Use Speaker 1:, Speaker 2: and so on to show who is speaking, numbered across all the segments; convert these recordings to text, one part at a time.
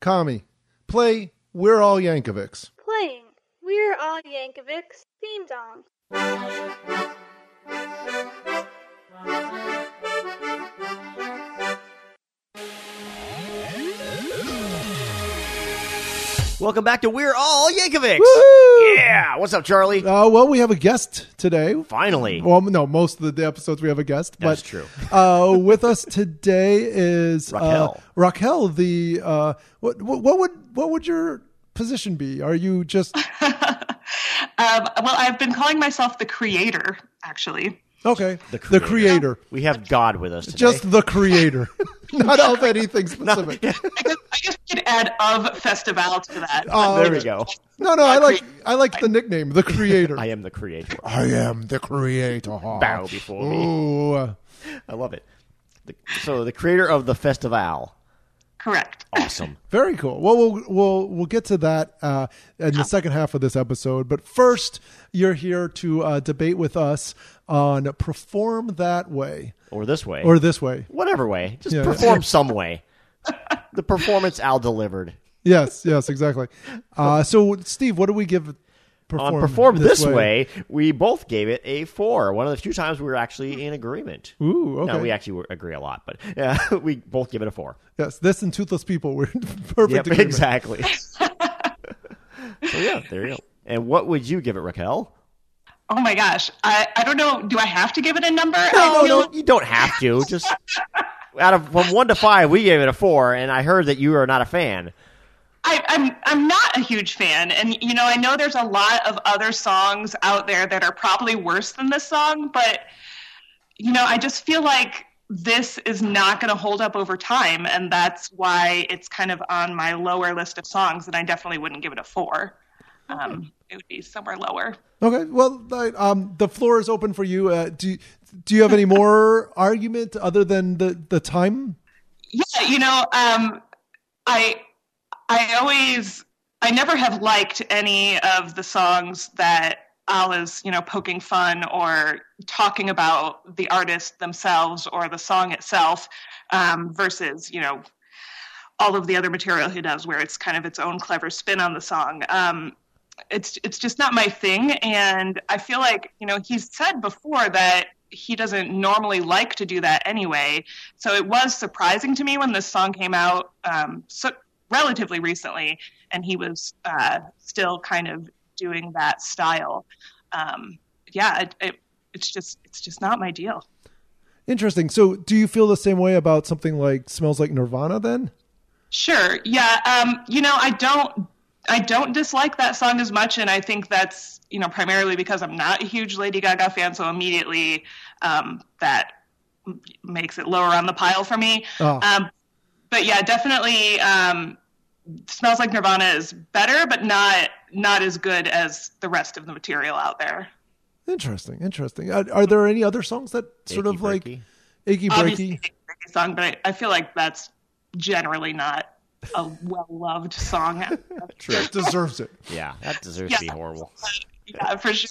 Speaker 1: Kami, play We're All Yankovics.
Speaker 2: Playing We're All Yankovic's theme song.
Speaker 3: Welcome back to We're All Yankovics.
Speaker 1: Woo!
Speaker 3: Yeah, what's up, Charlie?
Speaker 1: Uh, well, we have a guest today.
Speaker 3: Finally,
Speaker 1: Well, no, most of the episodes we have a guest.
Speaker 3: That's
Speaker 1: but,
Speaker 3: true.
Speaker 1: uh, with us today is
Speaker 3: Raquel.
Speaker 1: Uh, Raquel, the uh, what, what? What would what would your position be? Are you just
Speaker 4: Um, well, I've been calling myself the creator, actually.
Speaker 1: okay? The
Speaker 3: The creator.
Speaker 1: creator.
Speaker 3: we have God with us today.
Speaker 1: just the creator, not of anything specific.
Speaker 4: I guess, I guess we could add of festival to that.
Speaker 1: Oh,
Speaker 3: there we go.
Speaker 1: No, no, I like I like the nickname, the creator.
Speaker 3: I am the creator.
Speaker 1: I am the creator.
Speaker 3: Bow before me.
Speaker 1: Ooh, uh,
Speaker 3: I love it. The, so the creator of the festival.
Speaker 4: Correct.
Speaker 3: Awesome.
Speaker 1: very cool. Well, we'll we'll we'll get to that uh, in the second half of this episode. But first, you're here to uh, debate with us on perform that way
Speaker 3: Or this way.
Speaker 1: or this way.
Speaker 3: whatever way. Just
Speaker 1: Yeah.
Speaker 3: perform some way. The performance Al delivered.
Speaker 1: Yes, yes, exactly. Uh, so, Steve, what do we give? Perform,
Speaker 3: On perform this, way. we both gave it a four. One of the few times we were actually in agreement.
Speaker 1: Ooh, okay.
Speaker 3: No, we actually were- agree a lot, but yeah, we both give it a four.
Speaker 1: yes, this and toothless people. We're in perfect.
Speaker 3: Yep,
Speaker 1: agreement.
Speaker 3: exactly. so yeah, there you go. And what would you give it, Raquel?
Speaker 4: Oh my gosh. I, I don't know. Do I have to give it a number?
Speaker 3: No,
Speaker 4: I feel-
Speaker 3: no, you don't have to. Just out of from one to five, we gave it a four, and I heard that you are not a fan.
Speaker 4: I, I'm I'm not a huge fan, and you know I know there's a lot of other songs out there that are probably worse than this song, but you know I just feel like this is not going to hold up over time, and that's why it's kind of on my lower list of songs, and I definitely wouldn't give it a four. Um, it would be somewhere lower.
Speaker 1: Okay. Well, I- um, the floor is open for you. Uh, do Do you have any more argument other than the the time?
Speaker 4: Yeah, you know, um, I I always I never have liked any of the songs that Al is, you know, poking fun or talking about the artist themselves or the song itself, um, versus, you know, all of the other material he does where it's kind of its own clever spin on the song. Um, it's it's just not my thing and I feel like, you know, he's said before that he doesn't normally like to do that anyway. So it was surprising to me when this song came out um, so relatively recently, and he was uh, still kind of doing that style. Um, yeah, it, it, it's just it's just not my deal.
Speaker 1: Interesting. So, do you feel the same way about something like "Smells Like Nirvana"? Then,
Speaker 4: Sure. Yeah. Um, you know, I don't I don't dislike that song as much, and I think that's you know primarily because I'm not a huge Lady Gaga fan, so immediately um, that m- makes it lower on the pile for me.
Speaker 1: Oh.
Speaker 4: Um, but yeah, definitely. Um, Smells like Nirvana is better, but not not as good as the rest of the material out there.
Speaker 1: interesting. Interesting. Are, are there any other songs that sort
Speaker 3: Achy
Speaker 1: of like
Speaker 3: breaky.
Speaker 1: achy
Speaker 4: Obviously,
Speaker 1: breaky?
Speaker 4: it's a great song, but I, I feel like that's generally not a well loved song.
Speaker 3: True.
Speaker 1: Deserves it.
Speaker 3: Yeah, that deserves to be
Speaker 4: Yeah.
Speaker 3: horrible.
Speaker 4: yeah, for sure.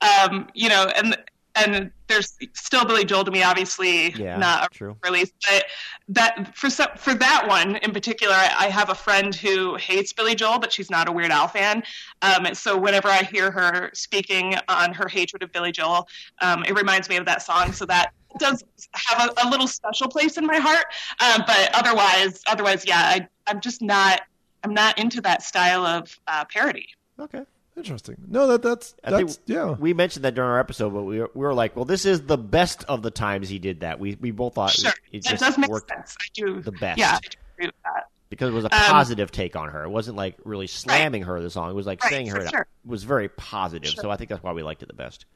Speaker 4: Um, you know, and and there's still Billy Joel to me, obviously
Speaker 3: Yeah,
Speaker 4: not a
Speaker 3: true.
Speaker 4: release, but that for some, for that one in particular, I, I have a friend who hates Billy Joel, but she's not a Weird Al fan. Um, so whenever I hear her speaking on her hatred of Billy Joel, um, it reminds me of that song. So that does have a, a little special place in my heart. Um, but otherwise, otherwise, yeah, I, I'm just not. I'm not into that style of uh, parody.
Speaker 3: Okay.
Speaker 1: Interesting. No, that that's
Speaker 3: I think
Speaker 1: that's yeah.
Speaker 3: We mentioned that during our episode, but we were, we were like, well, this is the best of the times he did that. We we both thought
Speaker 4: Sure,
Speaker 3: Uh, it
Speaker 4: that
Speaker 3: just
Speaker 4: does make
Speaker 3: worked
Speaker 4: sense. I do
Speaker 3: the best.
Speaker 4: Yeah, I do agree with that.
Speaker 3: because it was a
Speaker 4: Um,
Speaker 3: positive take on her. It wasn't like really slamming her the song. It was like
Speaker 4: Right,
Speaker 3: saying her
Speaker 4: for
Speaker 3: it
Speaker 4: sure.
Speaker 3: was very positive. So I think that's why we liked it the best.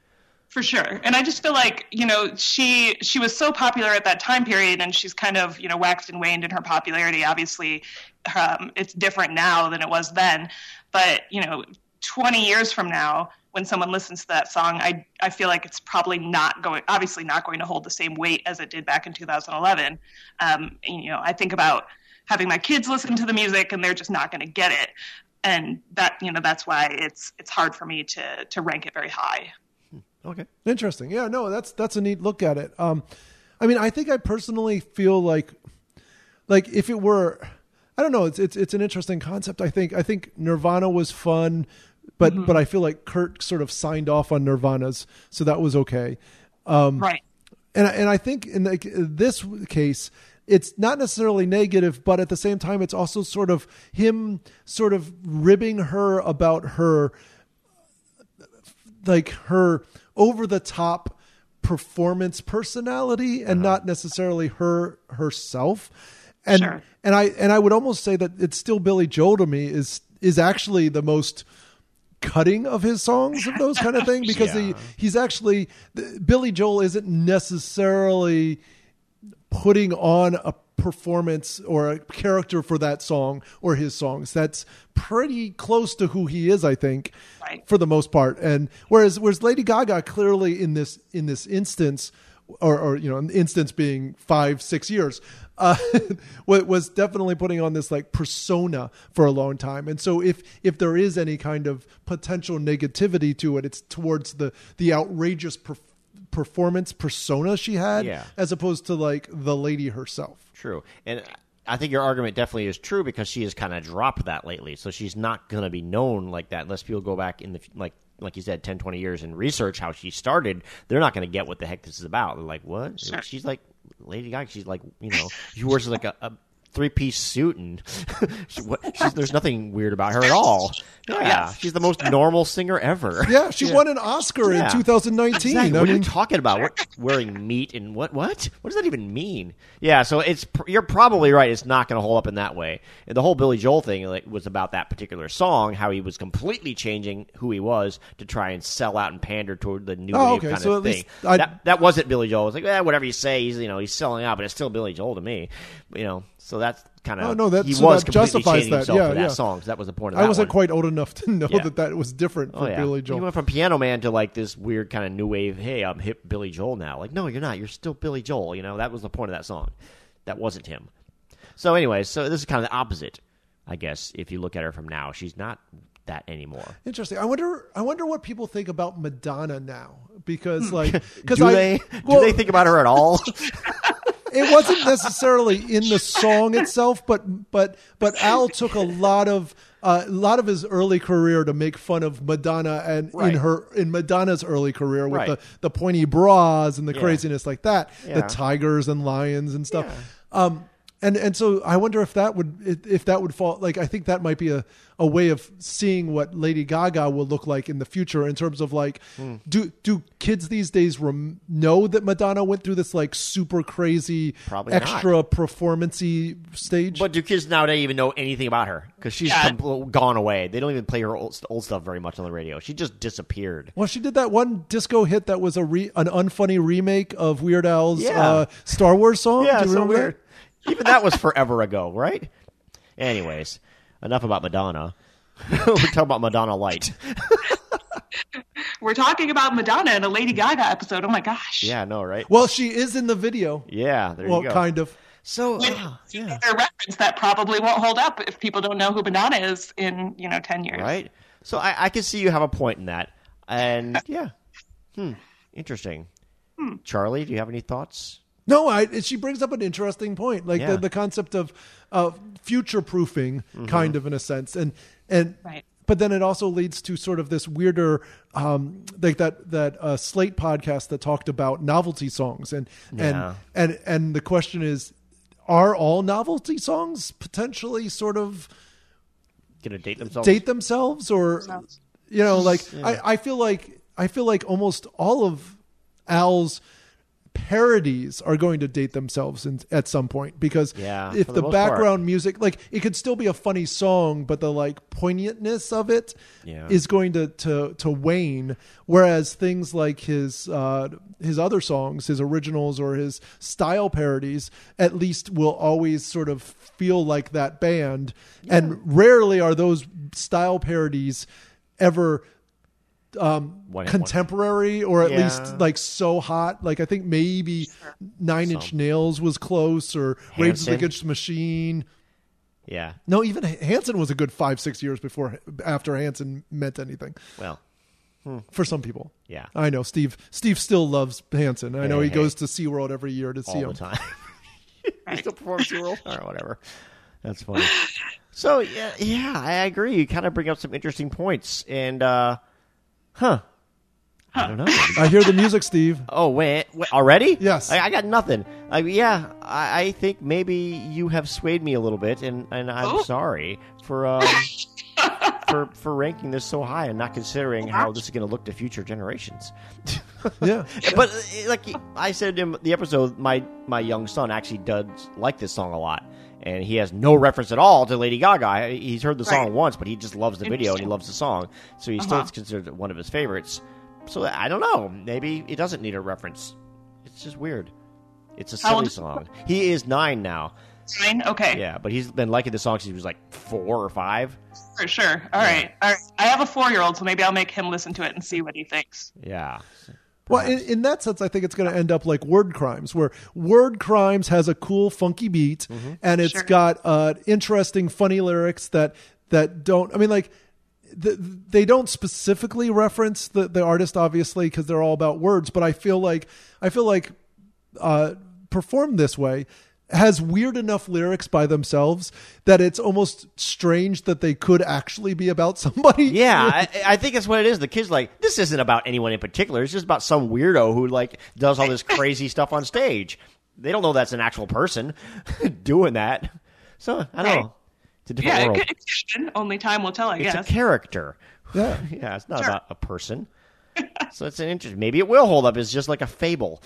Speaker 4: for sure. And I just feel like you know she she was so popular at that time period, and she's kind of you know waxed and waned in her popularity. Obviously, um, it's different now than it was then. But you know, twenty years from now, when someone listens to that song, I I feel like it's probably not going, obviously not going to hold the same weight as it did back in 2011. Um, and, you know, I think about having my kids listen to the music, and they're just not going to get it. And that you know that's why it's it's hard for me to to rank it very high.
Speaker 3: Okay.
Speaker 1: Interesting. Yeah, no, that's that's a neat look at it. Um, I mean, I think I personally feel like, like if it were, I- I don't know. It's it's it's an interesting concept. I think I think Nirvana was fun, but but I feel like Kurt sort of signed off on Nirvana's, so that was okay.
Speaker 4: right.
Speaker 1: and I- and I think in like this case, it's not necessarily negative, but at the same time, it's also sort of him sort of ribbing her about her, like her over the top performance personality, and not necessarily her herself. And
Speaker 4: Sure.
Speaker 1: and I and I would almost say that it's still Billy Joel to me is is actually the most cutting of his songs of those kind of thing because
Speaker 3: Yeah.
Speaker 1: the he's actually the, Billy Joel isn't necessarily putting on a performance or a character for that song or his songs. That's pretty close to who he is, I think,
Speaker 4: Right.
Speaker 1: for the most part. And whereas whereas Lady Gaga clearly in this in this instance, or, or you know, an instance being five six years, uh, wa- was definitely putting on this like persona for a long time. And so if if there is any kind of potential negativity to it, it's towards the the outrageous. Per- performance persona she had
Speaker 3: Yeah.
Speaker 1: as opposed to like the lady herself.
Speaker 3: True. And I think your argument definitely is true because she has kind of dropped that lately. So she's not going to be known like that unless people go back in the, like, like you said, 10, 20 years and research how she started. They're not going to get what the heck this is about. They're like, what?
Speaker 4: Sure.
Speaker 3: She's like, Lady Gaga, she's like, you know, she wears like a. a Three piece suit and she, what, she's, there's nothing weird about her at all. Oh, Yeah,
Speaker 4: Yes.
Speaker 3: she's the most normal singer ever.
Speaker 1: Yeah, she won an Oscar
Speaker 3: Yeah.
Speaker 1: in 2019.
Speaker 3: Exactly.
Speaker 1: I
Speaker 3: What are you
Speaker 1: mean,
Speaker 3: talking about? What, wearing meat and what? What? What does that even mean? Yeah. So it's pr- you're probably right. It's not going to hold up in that way. And the whole Billy Joel thing like, was about that particular song, how he was completely changing who he was to try and sell out and pander toward the new
Speaker 1: Oh,
Speaker 3: wave
Speaker 1: okay,
Speaker 3: kind
Speaker 1: so
Speaker 3: of
Speaker 1: at
Speaker 3: thing.
Speaker 1: least I-
Speaker 3: that, that wasn't Billy Joel. It was like, eh, whatever you say, he's you know he's selling out, but it's still Billy Joel to me. You know. So that's kind of
Speaker 1: Oh, no, that-
Speaker 3: he
Speaker 1: so
Speaker 3: was
Speaker 1: that
Speaker 3: completely
Speaker 1: justifies
Speaker 3: changing
Speaker 1: that.
Speaker 3: himself
Speaker 1: Yeah,
Speaker 3: for that
Speaker 1: yeah.
Speaker 3: song. So that was the point of that.
Speaker 1: I wasn't
Speaker 3: one.
Speaker 1: quite old enough to know
Speaker 3: Yeah.
Speaker 1: that that was different for Billy
Speaker 3: He
Speaker 1: Joel.
Speaker 3: Oh, went from Piano Man to like this weird kind of new wave. Hey, I'm hip Billy Joel now. Like, no, you're not. You're still Billy Joel. You know that was the point of that song. That wasn't him. So anyway, so this is kind of the opposite, I guess. If you look at her from now, she's not that anymore.
Speaker 1: Interesting. I wonder. I wonder what people think about Madonna now because, like, because
Speaker 3: Hmm. Do
Speaker 1: I
Speaker 3: they?
Speaker 1: well,
Speaker 3: do they think about her at all?
Speaker 1: it wasn't necessarily in the song itself, but but but Al took a lot of uh, a lot of his early career to make fun of Madonna and
Speaker 3: Right.
Speaker 1: in her in Madonna's early career with
Speaker 3: Right.
Speaker 1: the the pointy bras and the craziness like that,
Speaker 3: Yeah.
Speaker 1: the tigers and lions and stuff. Um, and and so I wonder if that would if- if that would fall like I think that might be a, a way of seeing what Lady Gaga will look like in the future in terms of like
Speaker 3: Hmm.
Speaker 1: do do kids these days rem- know that Madonna went through this like super crazy
Speaker 3: Probably not.
Speaker 1: extra performancy stage?
Speaker 3: but do kids nowadays even know anything about her? Because she's
Speaker 4: Yeah.
Speaker 3: compl- gone away. They don't even play her old, old stuff very much on the radio. She just disappeared.
Speaker 1: well, she did that one disco hit that was a re- an unfunny remake of Weird Al's
Speaker 3: Yeah.
Speaker 1: uh, Star Wars song.
Speaker 3: Yeah,
Speaker 1: do you
Speaker 3: so
Speaker 1: remember that?
Speaker 3: weird. Even that was forever ago, right? Anyways, enough about Madonna. We're talking about Madonna Light.
Speaker 4: We're talking about Madonna in a Lady Gaga episode. Oh my gosh.
Speaker 3: Yeah, no, right?
Speaker 1: Well, she is in the video.
Speaker 3: Yeah, there
Speaker 1: well,
Speaker 3: you go.
Speaker 1: kind of.
Speaker 3: So,
Speaker 4: With
Speaker 3: ah, yeah,
Speaker 4: another reference that probably won't hold up if people don't know who Madonna is in, you know, 10 years.
Speaker 3: right? So I, I can see you have a point in that. And yeah, hmm, interesting.
Speaker 1: Hmm.
Speaker 3: Charlie, do you have any thoughts?
Speaker 1: No, I, she brings up an interesting point, like
Speaker 3: Yeah. Mm-hmm.
Speaker 1: the, the concept of uh, future proofing, kind of in a sense, and and
Speaker 4: Right.
Speaker 1: but then it also leads to sort of this weirder, um, like that that uh, Slate podcast that talked about novelty songs, and
Speaker 3: Yeah.
Speaker 1: and and and the question is, are all novelty songs potentially sort of
Speaker 3: Gonna date themselves?
Speaker 1: date themselves or you know like I, I feel like i feel like almost all of al's parodies are going to date themselves in, at some point because
Speaker 3: Yeah,
Speaker 1: if the,
Speaker 3: for the most part.
Speaker 1: background music like it could still be a funny song but the like poignantness of it is
Speaker 3: Yeah.
Speaker 1: going to to to wane whereas things like his uh his other songs his originals or his style parodies at least will always sort of feel like that band and rarely are those style parodies ever
Speaker 3: One- one-
Speaker 1: contemporary or at
Speaker 3: Yeah.
Speaker 1: least like so hot. Like I think maybe Nine Inch Nails was close or Rage
Speaker 3: Hanson.
Speaker 1: Against the Machine.
Speaker 3: Yeah,
Speaker 1: No, even Hanson was a good five six years before after Hanson meant anything
Speaker 3: well,
Speaker 1: for some people.
Speaker 3: Yeah.
Speaker 1: I know Steve. Steve still loves Hanson. I know
Speaker 3: Hey,
Speaker 1: he
Speaker 3: hey.
Speaker 1: goes to SeaWorld every year to see
Speaker 3: all
Speaker 1: him.
Speaker 3: the time. he still performs SeaWorld? All right, whatever. That's funny. So yeah, yeah, I agree. You kind of bring up some interesting points, and uh, huh? I don't know.
Speaker 1: I hear the music, Steve.
Speaker 3: Oh wait, wait already?
Speaker 1: Yes.
Speaker 3: I, I got nothing. I, yeah, I, I think maybe you have swayed me a little bit, and, and I'm
Speaker 4: Oh.
Speaker 3: sorry for um, for for ranking this so high and not considering how this is going to look to future generations.
Speaker 1: Yeah.
Speaker 3: But uh, like I said in the episode, my my young son actually does like this song a lot, and he has no reference at all to Lady Gaga. He's heard the song
Speaker 4: Right.
Speaker 3: once, but he just loves the video and he
Speaker 4: Interesting.
Speaker 3: loves the song, so he still
Speaker 4: Uh-huh.
Speaker 3: it's considered one of his favorites. So I don't know. Maybe it doesn't need a reference. It's just weird. It's a
Speaker 4: How old
Speaker 3: silly
Speaker 4: is-
Speaker 3: song. He is nine now.
Speaker 4: Nine? Okay.
Speaker 3: Yeah, but he's been liking the song since he was like four or five.
Speaker 4: For sure. All
Speaker 3: Yeah.
Speaker 4: right. All right. I have a four-year-old, so maybe I'll make him listen to it and see what he thinks.
Speaker 3: Yeah.
Speaker 1: Well, in, in that sense, I think it's going to end up like Word Crimes, where Word Crimes has a cool, funky beat, and it's
Speaker 4: Sure.
Speaker 1: got uh, interesting, funny lyrics that that don't. I mean, like th they don't specifically reference the the artist, obviously, because they're all about words. But I feel like I feel like uh, performed this way has weird enough lyrics by themselves that it's almost strange that they could actually be about somebody.
Speaker 3: Yeah, I, I think that's what it is. The kid's like, this isn't about anyone in particular. It's just about some weirdo who like does all this crazy stuff on stage. They don't know that's an actual person doing that. So I don't
Speaker 4: Right.
Speaker 3: know. It's a different
Speaker 4: Yeah, it
Speaker 3: world.
Speaker 4: could, it could happen. Only time will tell, I
Speaker 3: it's
Speaker 4: guess.
Speaker 3: a character.
Speaker 1: Yeah.
Speaker 3: Yeah, it's not
Speaker 4: Sure.
Speaker 3: about a person. so it's an interest. Maybe it will hold up. It's just like a fable.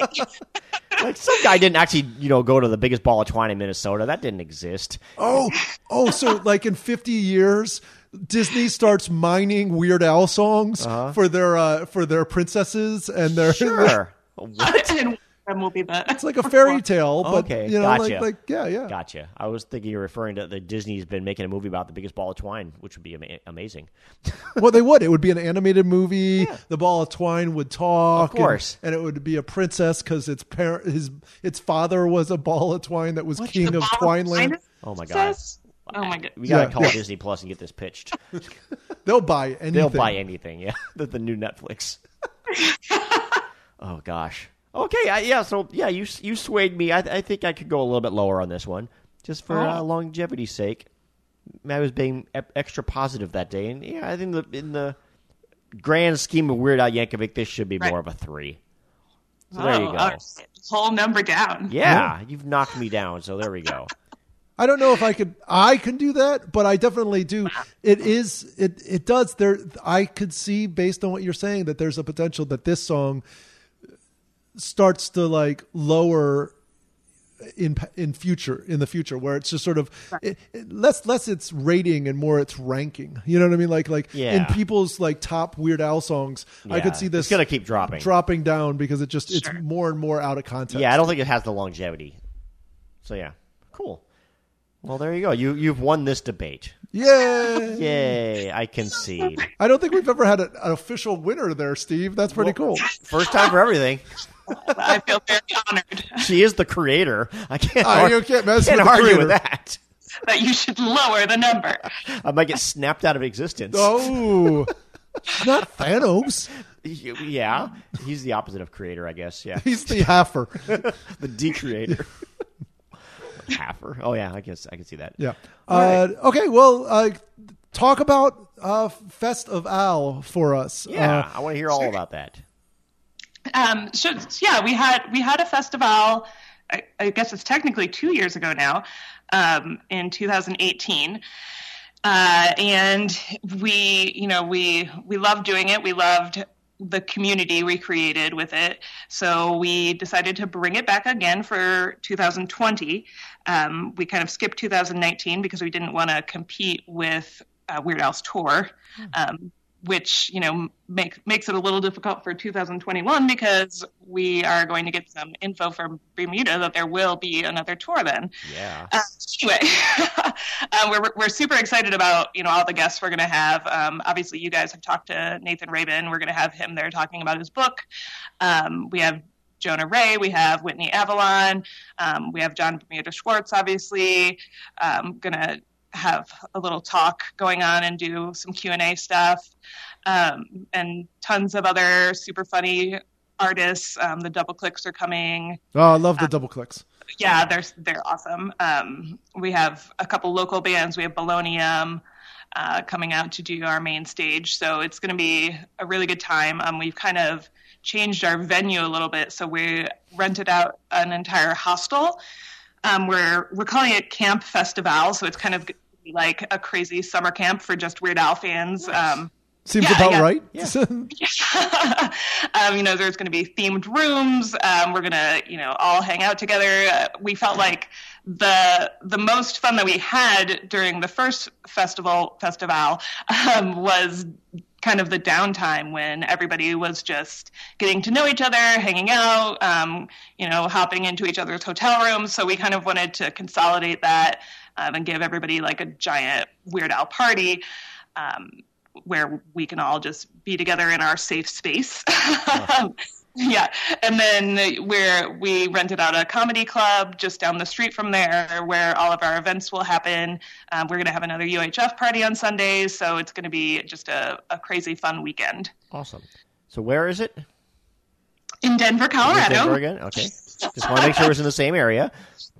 Speaker 3: like some guy didn't actually, you know, go to the biggest ball of twine in Minnesota. That didn't exist.
Speaker 1: Oh, oh, so like in 50 years, Disney starts mining Weird Al songs for their uh, for their princesses and
Speaker 4: Oh,
Speaker 1: their.
Speaker 3: Uh-huh. Sure. What?
Speaker 4: and one will be the.
Speaker 1: It's like a fairy tale, but
Speaker 3: Okay,
Speaker 1: you know,
Speaker 3: gotcha.
Speaker 1: like, like yeah, yeah.
Speaker 3: Gotcha. I was thinking you're referring to that Disney's been making a movie about the biggest ball of twine, which would be ama- amazing.
Speaker 1: Well, they would. It would be an animated movie. The ball of twine would talk,
Speaker 3: Of course.
Speaker 1: and, and it would be a princess because its parent, his its father was a ball of twine that was king of Twineland.
Speaker 3: Oh my god.
Speaker 4: Oh my god.
Speaker 3: We gotta
Speaker 1: Yeah.
Speaker 3: call
Speaker 1: Yeah.
Speaker 3: Disney Plus and get this pitched.
Speaker 1: They'll buy anything.
Speaker 3: They'll buy anything. Yeah, the, the new Netflix. oh gosh. Okay. I, yeah. So yeah, you you swayed me. I, I think I could go a little bit lower on this one, just for uh,
Speaker 4: Oh.
Speaker 3: longevity's sake. I was being e- extra positive that day, and yeah, I think the, in the grand scheme of Weird Al Yankovic, this should be
Speaker 4: Right.
Speaker 3: more of a three. So there you
Speaker 4: Oh,
Speaker 3: go.
Speaker 4: all right. Whole number down.
Speaker 3: Yeah, you've knocked me down, so there we go.
Speaker 1: I don't know if I could I can do that, but I definitely do. It is it it does there I could see based on what you're saying that there's a potential that this song starts to like lower in in future in the future where it's just sort of it, it- less less it's rating and more it's ranking. You know what I mean? Like like
Speaker 3: Yeah.
Speaker 1: in people's like top Weird Al songs, I
Speaker 3: Yeah,
Speaker 1: could see this
Speaker 3: It's gonna keep dropping.
Speaker 1: dropping down because it just it's
Speaker 4: Sure.
Speaker 1: more and more out of context.
Speaker 3: yeah, I don't think it has the longevity. So yeah, cool. Well, there you go. You you've won this debate.
Speaker 1: Yay!
Speaker 3: Yay! I concede.
Speaker 1: I don't think we've ever had an, an official winner there, Steve. That's pretty
Speaker 3: Well-
Speaker 1: cool.
Speaker 3: First time for everything.
Speaker 4: I feel very honored
Speaker 3: She is the creator. I can't.
Speaker 1: Ah,
Speaker 3: ar-
Speaker 1: you can't mess
Speaker 3: can't
Speaker 1: with the
Speaker 3: argue
Speaker 1: creator.
Speaker 3: with that.
Speaker 4: that you should lower the number.
Speaker 3: I might get snapped out of existence.
Speaker 1: Oh, not Thanos.
Speaker 3: You- Yeah, he's the opposite of creator, I guess. Yeah,
Speaker 1: He's the halfer.
Speaker 3: the decreator. Halfer. Oh yeah, I guess I can see that.
Speaker 1: Yeah. Uh, okay. Well, uh, talk about uh, Fest of Al for us.
Speaker 3: Yeah,
Speaker 1: Uh,
Speaker 3: I want to hear all about that.
Speaker 4: Um, so yeah, we had we had a festival. I, I guess it's technically two years ago now, um, in 2018. Uh, and we, you know, we we loved doing it. We loved the community we created with it. So we decided to bring it back again for 2020. Um, we kind of skipped 2019 because we didn't want to compete with uh, Weird Al's tour. Um, which you know make, makes it a little difficult for 2021 because we are going to get some info from Bermuda that there will be another tour then.
Speaker 3: Yeah.
Speaker 4: Uh, anyway, uh, we're we're super excited about you know all the guests we're going to have. Um, obviously, you guys have talked to Nathan Rabin. We're going to have him there talking about his book. Um, we have Jonah Ray. We have Whitney Avalon. Um, we have John Bermuda Schwartz. Obviously, um, going to have a little talk going on and do some Q and A stuff, um, and tons of other super funny artists. Um, the Double Clicks are coming
Speaker 1: oh, I love the double clicks.
Speaker 4: yeah, they're they're awesome. Um, we have a couple local bands. We have Bolognium uh, coming out to do our main stage, so it's going to be a really good time. Um, we've kind of changed our venue a little bit, so we rented out an entire hostel. Um, we're we're calling it Camp Festival, so it's kind of like a crazy summer camp for just Weird Al fans. Um,
Speaker 1: Seems
Speaker 4: Yeah,
Speaker 1: about
Speaker 4: yeah.
Speaker 1: right.
Speaker 4: um, you know, there's going to be themed rooms. Um, we're going to, you know, all hang out together. Uh, we felt like the the most fun that we had during the first festival festival um, was kind of the downtime when everybody was just getting to know each other, hanging out, um, you know, hopping into each other's hotel rooms. So we kind of wanted to consolidate that um, and give everybody like a giant Weird Al party. Um, where we can all just be together in our safe space. yeah, and then where we rented out a comedy club just down the street from there, where all of our events will happen. Um, we're going to have another UHF party on Sundays, so it's going to be just a, a crazy fun weekend
Speaker 3: Awesome. So where is it? Is
Speaker 4: in Denver,
Speaker 3: it
Speaker 4: Colorado.
Speaker 3: Denver again? Okay. Just want to make sure it's in the same area.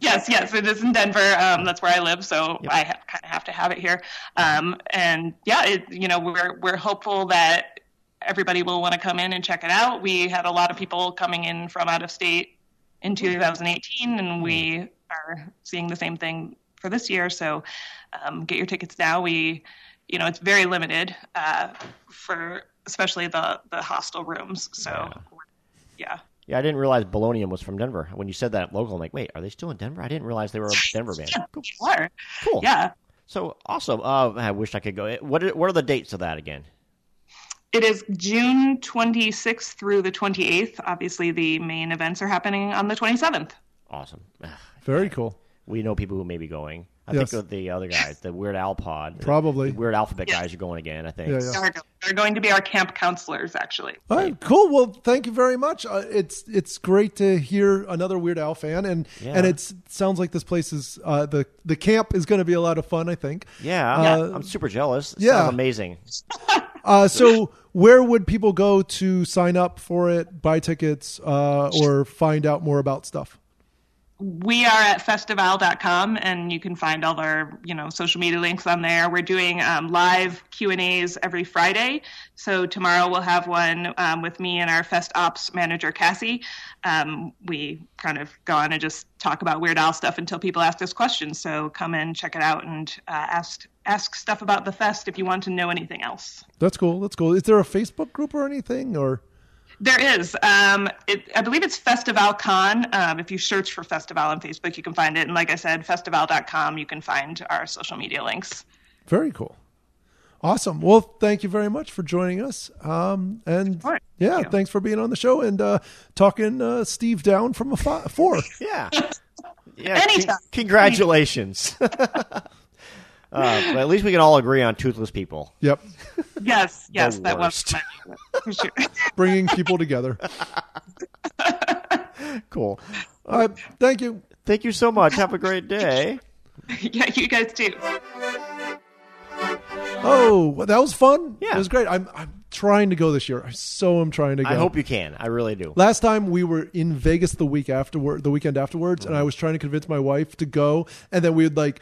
Speaker 4: Yes, yes, it is in Denver. Um, that's where I live, so I ha- kind of have to have it here. Um, and yeah, it, you know, we're we're hopeful that everybody will want to come in and check it out. We had a lot of people coming in from out of state in 2018, and we are seeing the same thing for this year. So um, get your tickets now. We, you know, it's very limited uh, for especially the the hostel rooms. So yeah.
Speaker 3: Yeah, I didn't realize Bolognium was from Denver. When you said that local, I'm like, wait, are they still in Denver? I didn't realize they were a Denver band. Cool.
Speaker 4: Sure.
Speaker 3: Cool.
Speaker 4: Yeah.
Speaker 3: So awesome. Uh, I wish I could go. What are, what are the dates of that again?
Speaker 4: It is June 26th through the 28th. Obviously, the main events are happening on the 27th.
Speaker 3: Awesome. Ugh,
Speaker 1: Very cool.
Speaker 3: We know people who may be going. I
Speaker 1: Yes.
Speaker 3: think of the other guys, the Weird Al Pod,
Speaker 1: Probably.
Speaker 3: the Weird Alphabet
Speaker 4: Yeah.
Speaker 3: guys are going again. I think.
Speaker 1: Yeah, yeah.
Speaker 4: They're, they're going to be our camp counselors, actually.
Speaker 1: All right, cool. Well, thank you very much. Uh, it's it's great to hear another Weird Al fan, and
Speaker 3: Yeah.
Speaker 1: and it's sounds like this place is uh, the the camp is going to be a lot of fun. I think.
Speaker 3: Yeah,
Speaker 1: Uh,
Speaker 3: I'm super jealous. It
Speaker 1: yeah.
Speaker 3: sounds amazing.
Speaker 1: Uh, so, where would people go to sign up for it, buy tickets, uh, or find out more about stuff?
Speaker 4: We are at festival.com, and you can find all our you know social media links on there. We're doing um, live Q and A's every Friday. So tomorrow we'll have one um, with me and our Fest Ops manager Cassie. Um, we kind of go on and just talk about Weird Al stuff until people ask us questions. So come and check it out and uh, ask ask stuff about the fest if you want to know anything else.
Speaker 1: That's cool. That's cool. Is there a Facebook group or anything? Or
Speaker 4: There is. Um, it, I believe it's Festival Con. Um, if you search for Festival on Facebook, you can find it. And like I said, festival.com, you can find our social media links.
Speaker 1: very cool. Awesome. Well, thank you very much for joining us. Um, and
Speaker 4: course.
Speaker 1: yeah,
Speaker 4: Thank you.
Speaker 1: thanks for being on the show and uh, talking uh, Steve down from a fi four.
Speaker 3: Yeah. Yeah.
Speaker 4: Anytime.
Speaker 3: congratulations. uh, but at least we can all agree on toothless people.
Speaker 1: yep,
Speaker 4: Yes, yes, that
Speaker 3: worst.
Speaker 4: was my, for sure.
Speaker 1: bringing people together.
Speaker 3: Cool.
Speaker 1: All right, thank you.
Speaker 3: Thank you so much. Have a great day.
Speaker 4: yeah, you guys too.
Speaker 1: Oh, well, that was fun.
Speaker 3: Yeah.
Speaker 1: it was great. I'm I'm trying to go this year. I so am trying to go.
Speaker 3: I hope you can. I really do.
Speaker 1: Last time we were in Vegas the week afterward, the weekend afterwards, and I was trying to convince my wife to go, and then we would like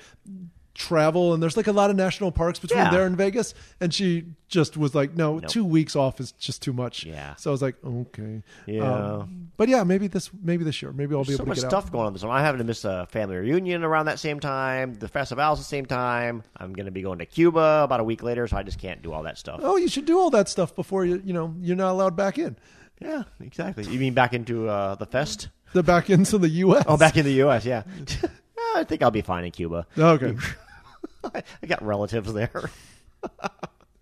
Speaker 1: travel, and there's like a lot of national parks between
Speaker 3: Yeah.
Speaker 1: there and Vegas, and she just was like, "No, two weeks off is just too much."
Speaker 3: Yeah.
Speaker 1: So I was like, "Okay." Um,
Speaker 3: Yeah.
Speaker 1: but yeah, maybe this, maybe this year, maybe I'll be
Speaker 3: so
Speaker 1: able
Speaker 3: much
Speaker 1: to get
Speaker 3: stuff
Speaker 1: out.
Speaker 3: going on this one. I'm having to miss a family reunion around that same time. The festival's the same time. I'm going to be going to Cuba about a week later, so I just can't do all that stuff.
Speaker 1: Oh, you should do all that stuff before you, you know, you're not allowed back in.
Speaker 3: Yeah, exactly. You mean back into uh, the fest?
Speaker 1: They're back into the U.S.
Speaker 3: Oh, back in the U.S. Yeah. I think I'll be fine in Cuba.
Speaker 1: Okay.
Speaker 3: I got relatives there.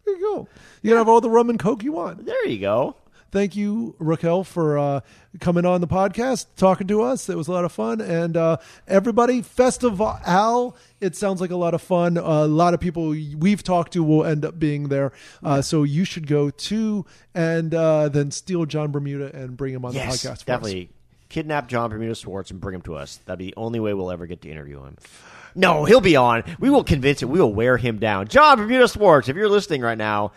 Speaker 1: There you go. You can have all the rum and coke you want.
Speaker 3: There you go.
Speaker 1: Thank you, Raquel, for uh, coming on the podcast, talking to us. It was a lot of fun. And uh, everybody, Festival, it sounds like a lot of fun. a lot of people we've talked to will end up being there. Uh, so you should go too and uh, then steal John Bermuda and bring him on
Speaker 3: Yes,
Speaker 1: the podcast. For Us.
Speaker 3: definitely. Kidnap John Bermuda Swartz and bring him to us. That'd be the only way we'll ever get to interview him. No, he'll be on. We will convince him. We will wear him down. John Bermuda Swartz, if you're listening right now,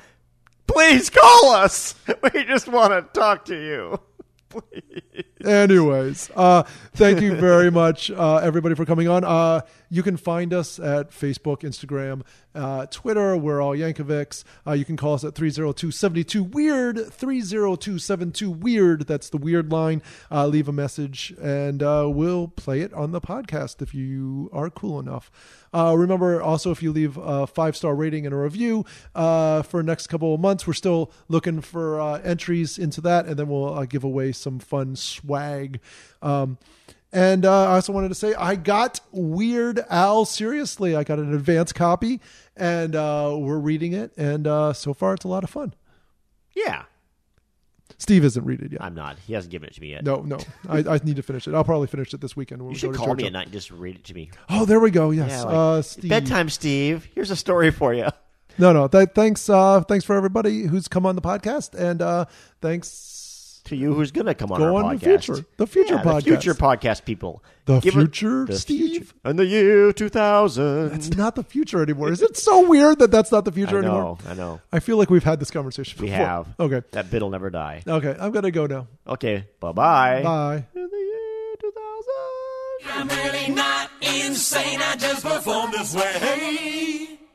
Speaker 3: please call us. We just want to talk to you. Please.
Speaker 1: Anyways, uh, thank you very much, uh, everybody, for coming on. Uh, you can find us at Facebook, Instagram, uh, Twitter. We're all Yankovics. Uh, you can call us at 302 72 Weird, 302 72 Weird. That's the weird line. Uh, leave a message, and uh, we'll play it on the podcast if you are cool enough. Uh, remember also, if you leave a five star rating and a review uh, for next couple of months, we're still looking for uh, entries into that, and then we'll uh, give away some fun swag. Um, and uh, I also wanted to say I got Weird Al seriously. I got an advance copy, and uh, we're reading it, and uh, so far it's a lot of fun.
Speaker 3: Yeah,
Speaker 1: Steve isn't read it yet.
Speaker 3: I'm not. He hasn't given it to me yet.
Speaker 1: no, no, I, I need to finish it. I'll probably finish it this weekend. When
Speaker 3: You
Speaker 1: we
Speaker 3: should
Speaker 1: go to
Speaker 3: call me
Speaker 1: Georgia.
Speaker 3: at night and just read it to me.
Speaker 1: Oh, there we go. Yes,
Speaker 3: Yeah,
Speaker 1: uh,
Speaker 3: like,
Speaker 1: Steve.
Speaker 3: bedtime, Steve. Here's a story for you.
Speaker 1: No, no. Th- thanks. Uh, thanks for everybody who's come on the podcast, and uh, thanks.
Speaker 3: To you, who's going to come on
Speaker 1: Go
Speaker 3: our
Speaker 1: on the
Speaker 3: podcast?
Speaker 1: future. The future
Speaker 3: Yeah,
Speaker 1: podcast.
Speaker 3: The future podcast people.
Speaker 1: The
Speaker 3: it-
Speaker 1: future, Steve?
Speaker 3: future. In the year 2000.
Speaker 1: It's not the future anymore. Is it so weird that that's not the future
Speaker 3: I know.
Speaker 1: anymore?
Speaker 3: I know.
Speaker 1: I feel like we've had this conversation.
Speaker 3: We
Speaker 1: before.
Speaker 3: have.
Speaker 1: Okay.
Speaker 3: That bit'll never die.
Speaker 1: Okay. I'm gonna go now.
Speaker 3: Okay. Bye-bye.
Speaker 1: Bye.
Speaker 3: In the year 2000.
Speaker 5: I'm really not insane, I just perform this way.